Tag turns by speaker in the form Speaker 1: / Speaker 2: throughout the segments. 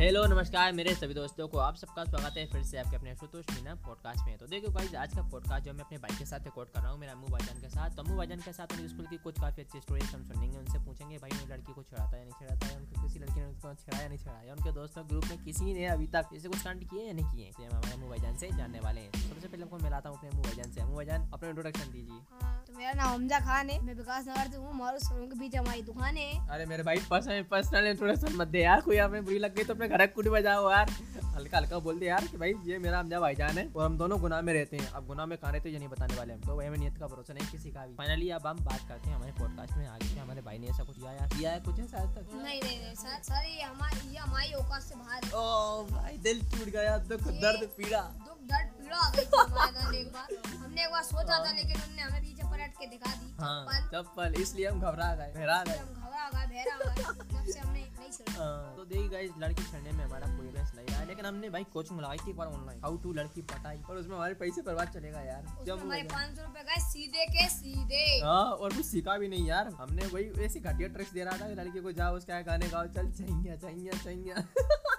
Speaker 1: Hello नमस्कार मेरे सभी दोस्तों को आप सबका स्वागत है फिर से आपके अपने आशुतोष मीना पॉडकास्ट में तो देखो गाइज आज का पॉडकास्ट जो मैं अपने भाई के साथ रिकॉर्ड कर रहा हूँ मेरा अम्मू भाईजान के साथ तो अम्मू भाईजान के साथ मेरी स्कूल की कुछ काफ़ी अच्छी स्टोरीज हम सुनेंगे उनसे पूछेंगे भाई उन लड़की को छेड़ाता है या नहीं छेड़ाता है उनके किसी लड़की ने उनको छेड़ा या नहीं छेड़ा या उनके दोस्तों ग्रुप में किसी ने अभी तक इसे कुछ कांड किए या नहीं किए तो हम हमारे अम्मू भाईजान से जानने वाले हैं तो सबसे पहले आपको मिलाता हूँ अपने अम्मू भाईजान से अम्मू भाईजान अपना इंट्रोडक्शन दीजिए
Speaker 2: हाँ, तो मेरा नाम हमजा खान है मैं विकास नगर से हूँ हमारे सरों के बीच हमारी दुकान है
Speaker 1: अरे मेरे भाई पर्सनल पर्सनल इंट्रोडक्शन मत दे यार कोई हमें बुरी लग गई तो अपने घर कुट बजाओ यार हल्का हल्का बोल दे यार कि भाई ये मेरा हमजा भाईजान है और हम दोनों गुनाह में रहते हैं अब गुनाह में कहाँ रहते हैं ये नहीं बताने वाले हम तो वही हमें नियत का भरोसा नहीं किसी का भी फाइनली अब हम बात करते हैं हमारे पॉडकास्ट में आगे कि हमारे भाई ने ऐसा कुछ किया या किया है कुछ ऐसा आज तक
Speaker 2: नहीं नहीं नहीं सर सर ये हमारी ये हमारी औकात से बाहर है।
Speaker 1: ओ भाई दिल टूट गया दुख दर्द पीड़ा
Speaker 2: दुख दर्द पीड़ा आ गई थी हमारे अंदर एक बार हमने एक बार सोचा था लेकिन उनने हमें पीछे पलट के दिखा दी
Speaker 1: हाँ
Speaker 2: चप्पल
Speaker 1: चप्पल इसलिए हम घबरा गए बहरा
Speaker 2: फिर
Speaker 1: गए
Speaker 2: हम घबरा गए बहरा गए जब से हमने नहीं छोड़ा
Speaker 1: हाँ, तो देखिए गाइस लड़की छड़ने में हमारा कोई बेस नहीं रहा है लेकिन हमने भाई कोचिंग लगाई थी एक बार ऑनलाइन हाउ टू लड़की पटाई और उसमें हमारे पैसे बर्बाद चलेगा यार
Speaker 2: उसमें
Speaker 1: जब वो
Speaker 2: हमारे
Speaker 1: लगा-
Speaker 2: पाँच सौ रुपए गए सीधे के सीधे
Speaker 1: हाँ और कुछ सीखा भी नहीं यार हमने वही ऐसी घटिया ट्रिक्स दे रहा था कि लड़के को जाओ उसके यहाँ गाने गाओ चल चाहिए चाहिए चाहिए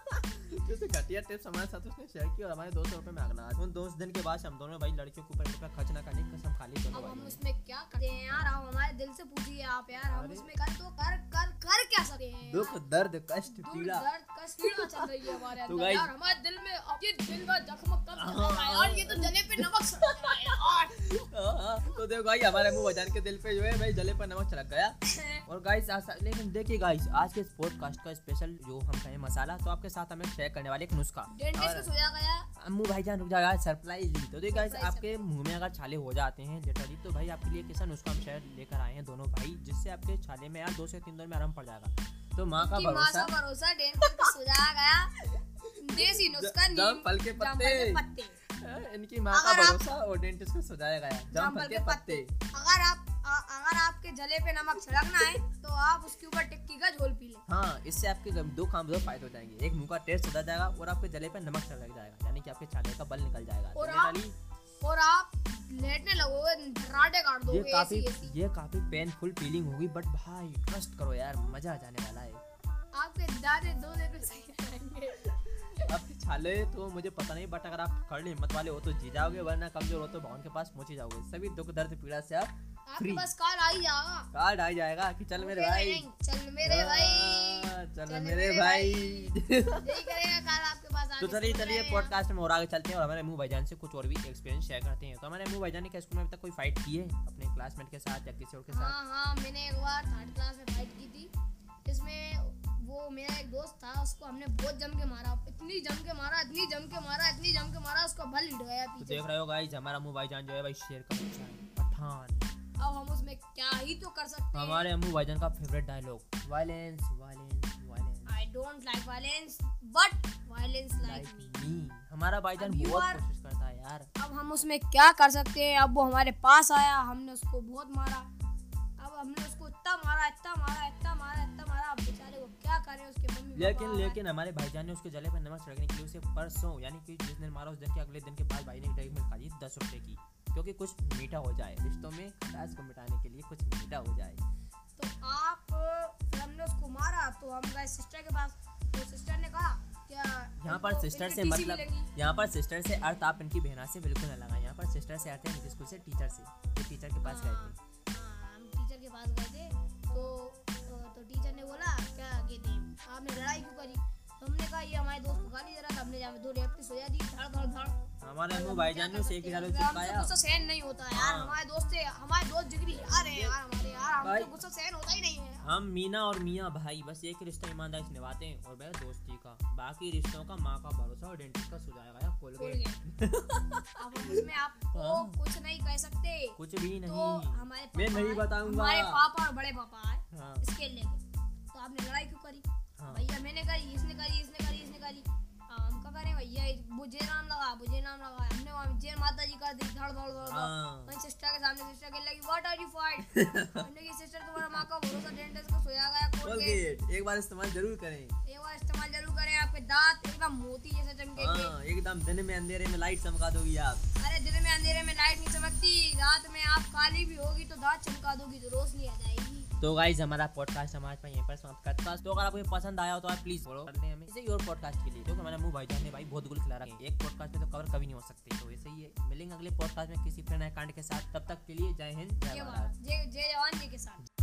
Speaker 1: जैसे घटिया टिप्स हमारे साथ उसने शेयर की और हमारे दो सौ रुपये में आगना उन दो दिन के बाद हम दोनों ने भाई लड़कियों के ऊपर रुपया खर्च ना करने की कसम खाली
Speaker 2: अब
Speaker 1: करो
Speaker 2: हम
Speaker 1: भाई
Speaker 2: उसमें क्या करते हैं यार हम हमारे दिल से पूछिए आप यार हम
Speaker 1: अरे।
Speaker 2: उसमें कर तो कर कर कर क्या सकते हैं
Speaker 1: दुख दर्द कष्ट
Speaker 2: दूर
Speaker 1: तो पीड़ा
Speaker 2: दर्द का सीढ़ा चल रही है हमारे
Speaker 1: तो
Speaker 2: अंदर
Speaker 1: guys-
Speaker 2: यार हमारे दिल में अब ये दिल का जख्म कब
Speaker 1: हाँ,
Speaker 2: जमेगा यार ये तो जले पे नमक सड़क रहा है यार
Speaker 1: हाँ, हाँ, तो देखो भाई हमारे मुंह बजान के दिल पे जो है भाई जले पर नमक छलक गया और गाइस आज लेकिन देखिए गाइस आज के इस पॉडकास्ट का स्पेशल जो हम कहें मसाला तो आपके साथ हमें शेयर करने वाले एक नुस्खा
Speaker 2: डेंटिस्ट को
Speaker 1: और
Speaker 2: सोया गया
Speaker 1: अम्मू भाईजान रुक जाओ यार सरप्राइज ली तो देखिए गाइस
Speaker 2: Surprise,
Speaker 1: आपके मुंह में अगर छाले हो जाते हैं लिटरली तो भाई आपके लिए कैसा नुस्खा हम शेयर लेकर आए हैं दोनों भाई जिससे आपके छाले में यार दो से तीन दिन में आराम पड़ जाएगा तो माँ का
Speaker 2: कि माँ
Speaker 1: भरोसा
Speaker 2: का भरोसा डेंटिस्ट को सोया गया देसी नुस्खा
Speaker 1: ज-
Speaker 2: नीम
Speaker 1: जामफल के
Speaker 2: जामफल
Speaker 1: पत्ते।
Speaker 2: के पत्ते
Speaker 1: हाँ, इनकी माँ का
Speaker 2: अगर आप-
Speaker 1: भरोसा और डेंटिस्ट को सजाया गया जामफल के पत्ते
Speaker 2: अगर आप अ- अगर आपके जले पे नमक छिड़कना है तो आप उसके ऊपर टिक्की का झोल पी लें
Speaker 1: हाँ इससे आपके गम- दो काम दो फायदे हो जाएंगे एक मुंह का टेस्ट सुधर जाएगा और आपके जले पर नमक लग जाएगा यानी कि आपके छाले का बल निकल जाएगा
Speaker 2: और
Speaker 1: तो
Speaker 2: आप-
Speaker 1: literally
Speaker 2: और आप लेटने लगोगे राडे काट
Speaker 1: ये
Speaker 2: दोगे
Speaker 1: काफी
Speaker 2: तो ऐसी ऐसी
Speaker 1: ये काफी पेनफुल फीलिंग होगी बट भाई ट्रस्ट करो यार मजा आ जाने वाला है
Speaker 2: आपके दादे दो दिन में सही रहेंगे
Speaker 1: आपके छाले तो मुझे पता नहीं बट अगर आप खड़े हिम्मत वाले हो तो जी जाओगे वरना कमजोर हो तो भगवान के पास पहुंच ही जाओगे सभी दुख दर्द पीड़ा से आप
Speaker 2: आपके
Speaker 1: फ्री
Speaker 2: पास कार आ ही जाएगा
Speaker 1: कार्ड आ जाएगा कि चल मेरे भाई
Speaker 2: चल मेरे भाई
Speaker 1: हाँ, चल मेरे भाई
Speaker 2: यही करेगा कार आपके पास आके
Speaker 1: तो चलिए
Speaker 2: सुन
Speaker 1: चलिए
Speaker 2: रहे हैं।
Speaker 1: पॉडकास्ट में और आगे चलते हैं और हमारे मुंह भाईजान से कुछ और भी एक्सपीरियंस शेयर करते हैं तो हमारे मुंह भाईजान ने क्या स्कूल में अभी तक कोई फाइट की है अपने क्लासमेट के साथ या किसी और के साथ
Speaker 2: हाँ हाँ मैंने एक बार थर्ड क्लास में फाइट की थी इसमें वो मेरा एक दोस्त था उसको हमने बहुत जम के मारा इतनी जम के मारा इतनी जम के मारा इतनी जम के मारा उसका बल हिट गया
Speaker 1: तो
Speaker 2: पीछे
Speaker 1: देख रहे हो गाइस हमारा मुंह भाईजान जो है भाई शेर का बच्चा है पठान
Speaker 2: अब हम उसमें क्या ही तो कर सकते हैं
Speaker 1: हमारे अम्मू भाईजान का favourite dialogue violence violence violence
Speaker 2: I don't like violence but violence like
Speaker 1: like
Speaker 2: me
Speaker 1: me हमारा भाईजान
Speaker 2: अब you
Speaker 1: बहुत
Speaker 2: are-
Speaker 1: कोशिश करता है यार
Speaker 2: अब हम उसमें क्या कर सकते हैं अब वो हमारे पास आया हमने उसको बहुत मारा अब हमने उसको इतना मारा इतना मारा इतना मारा इतना मारा अब बेचारे को क्या करें उसके मम्मी पापा
Speaker 1: लेकिन
Speaker 2: आ गए।
Speaker 1: लेकिन हमारे भाईजान ने उसके जले पर नमक छिड़कने के लिए उसे परसों यानी कि जिस दिन मारा उस दिन के अगले दिन के बाद भाई ने डायरी में खा दी दस रुपये की क्योंकि कुछ मीठा हो जाए रिश्तों में खटास को मिटाने के लिए कुछ मीठा हो जाए
Speaker 2: तो आप फिर हमने उसको मारा तो हम गए सिस्टर के पास तो सिस्टर ने कहा क्या
Speaker 1: यहाँ पर
Speaker 2: इनको-
Speaker 1: सिस्टर
Speaker 2: इनकी
Speaker 1: से
Speaker 2: TC
Speaker 1: मतलब
Speaker 2: मिलेगी।
Speaker 1: यहाँ पर सिस्टर से अर्थ आप इनकी बहना से बिल्कुल ना लगाएं यहाँ पर सिस्टर से अर्थ है इनके स्कूल से टीचर से तो टीचर के पास गए थे
Speaker 2: हाँ, हाँ, हम टीचर के पास गए थे तो तो टीचर ने बोला क्या कहते हैं आपने लड़ाई क्यों करी तो हमने कहा ये हमारे दोस्त को गाली दे रहा था हमने जहाँ पे दो लेफ्ट सोया दी धड़ धड़ धड़
Speaker 1: हमारे अम्मू भाईजान ने उसे एक गालों चिपकाया
Speaker 2: तो गुस्सा सहन नहीं होता यार
Speaker 1: हाँ।
Speaker 2: हमारे दोस्त से हमारे दोस्त जिगरी यार हैं यार हमारे यार
Speaker 1: भाई।
Speaker 2: हमसे गुस्सा सहन होता ही नहीं है
Speaker 1: हम मीना और मियाँ भाई बस एक रिश्ता ईमानदारी से निभाते हैं और वह दोस्ती का बाकी रिश्तों का माँ का भरोसा और डेंटिस्ट का सुझाया गया
Speaker 2: भूल
Speaker 1: कोलगेट
Speaker 2: गए अब हम उसमें आपको
Speaker 1: हाँ।
Speaker 2: कुछ नहीं कह सकते
Speaker 1: कुछ भी
Speaker 2: तो
Speaker 1: नहीं
Speaker 2: हमारे
Speaker 1: मैं
Speaker 2: पापा
Speaker 1: नहीं
Speaker 2: आए-
Speaker 1: बताऊंगा।
Speaker 2: हमारे पापा और बड़े पापा आए
Speaker 1: हाँ
Speaker 2: इसके लेके तो आपने लड़ाई क्यों करी
Speaker 1: हाँ
Speaker 2: भैया मैंने करी इसने करी इसने करी इसने करी हाँ, हम कब अरे भैया ये मुझे नाम लगा मुझे नाम लगा हमने वहाँ जय माता जी कर दी धड़ धड़ धड़ धड़
Speaker 1: हाँ
Speaker 2: वहीं सिस्टर के सामने सिस्टर कहने लगी व्हाट आर यू फाइट हमने की सिस्टर तुम्हारा माँ का भरोसा डेंटिस्ट को सोया गया कोलगेट
Speaker 1: कोलगेट एक बार इस्तेमाल जरूर करें
Speaker 2: एक बार इस्तेमाल जरूर करें आपके दांत एकदम मोती जैसे चमकेंगे
Speaker 1: हाँ एकदम दिन में अंधेरे में लाइट चमका दोगी आप
Speaker 2: अरे दिन में अंधेरे में लाइट नहीं चमकती रात में आप काली भी होगी तो दांत चमका दोगी तो रोशनी आ जाएगी
Speaker 1: तो गाइज हमारा पॉडकास्ट हमारे पास यहीं पर समाप्त करता है तो अगर आपको ये पसंद आया हो तो आप प्लीज़ फॉलो करते हैं हमें इसे और पॉडकास्ट के लिए जो कि हमारा मुंह भाईजान ने भाई बहुत गुल खिला रहा है एक पॉडकास्ट में तो कवर कभी नहीं हो सकती तो ऐसे ही है। मिलेंगे अगले पॉडकास्ट में किसी फिर नए कांड के साथ तब तक के लिए जय हिंद
Speaker 2: जय
Speaker 1: जय भारत
Speaker 2: भारत जय जय जवान जी के साथ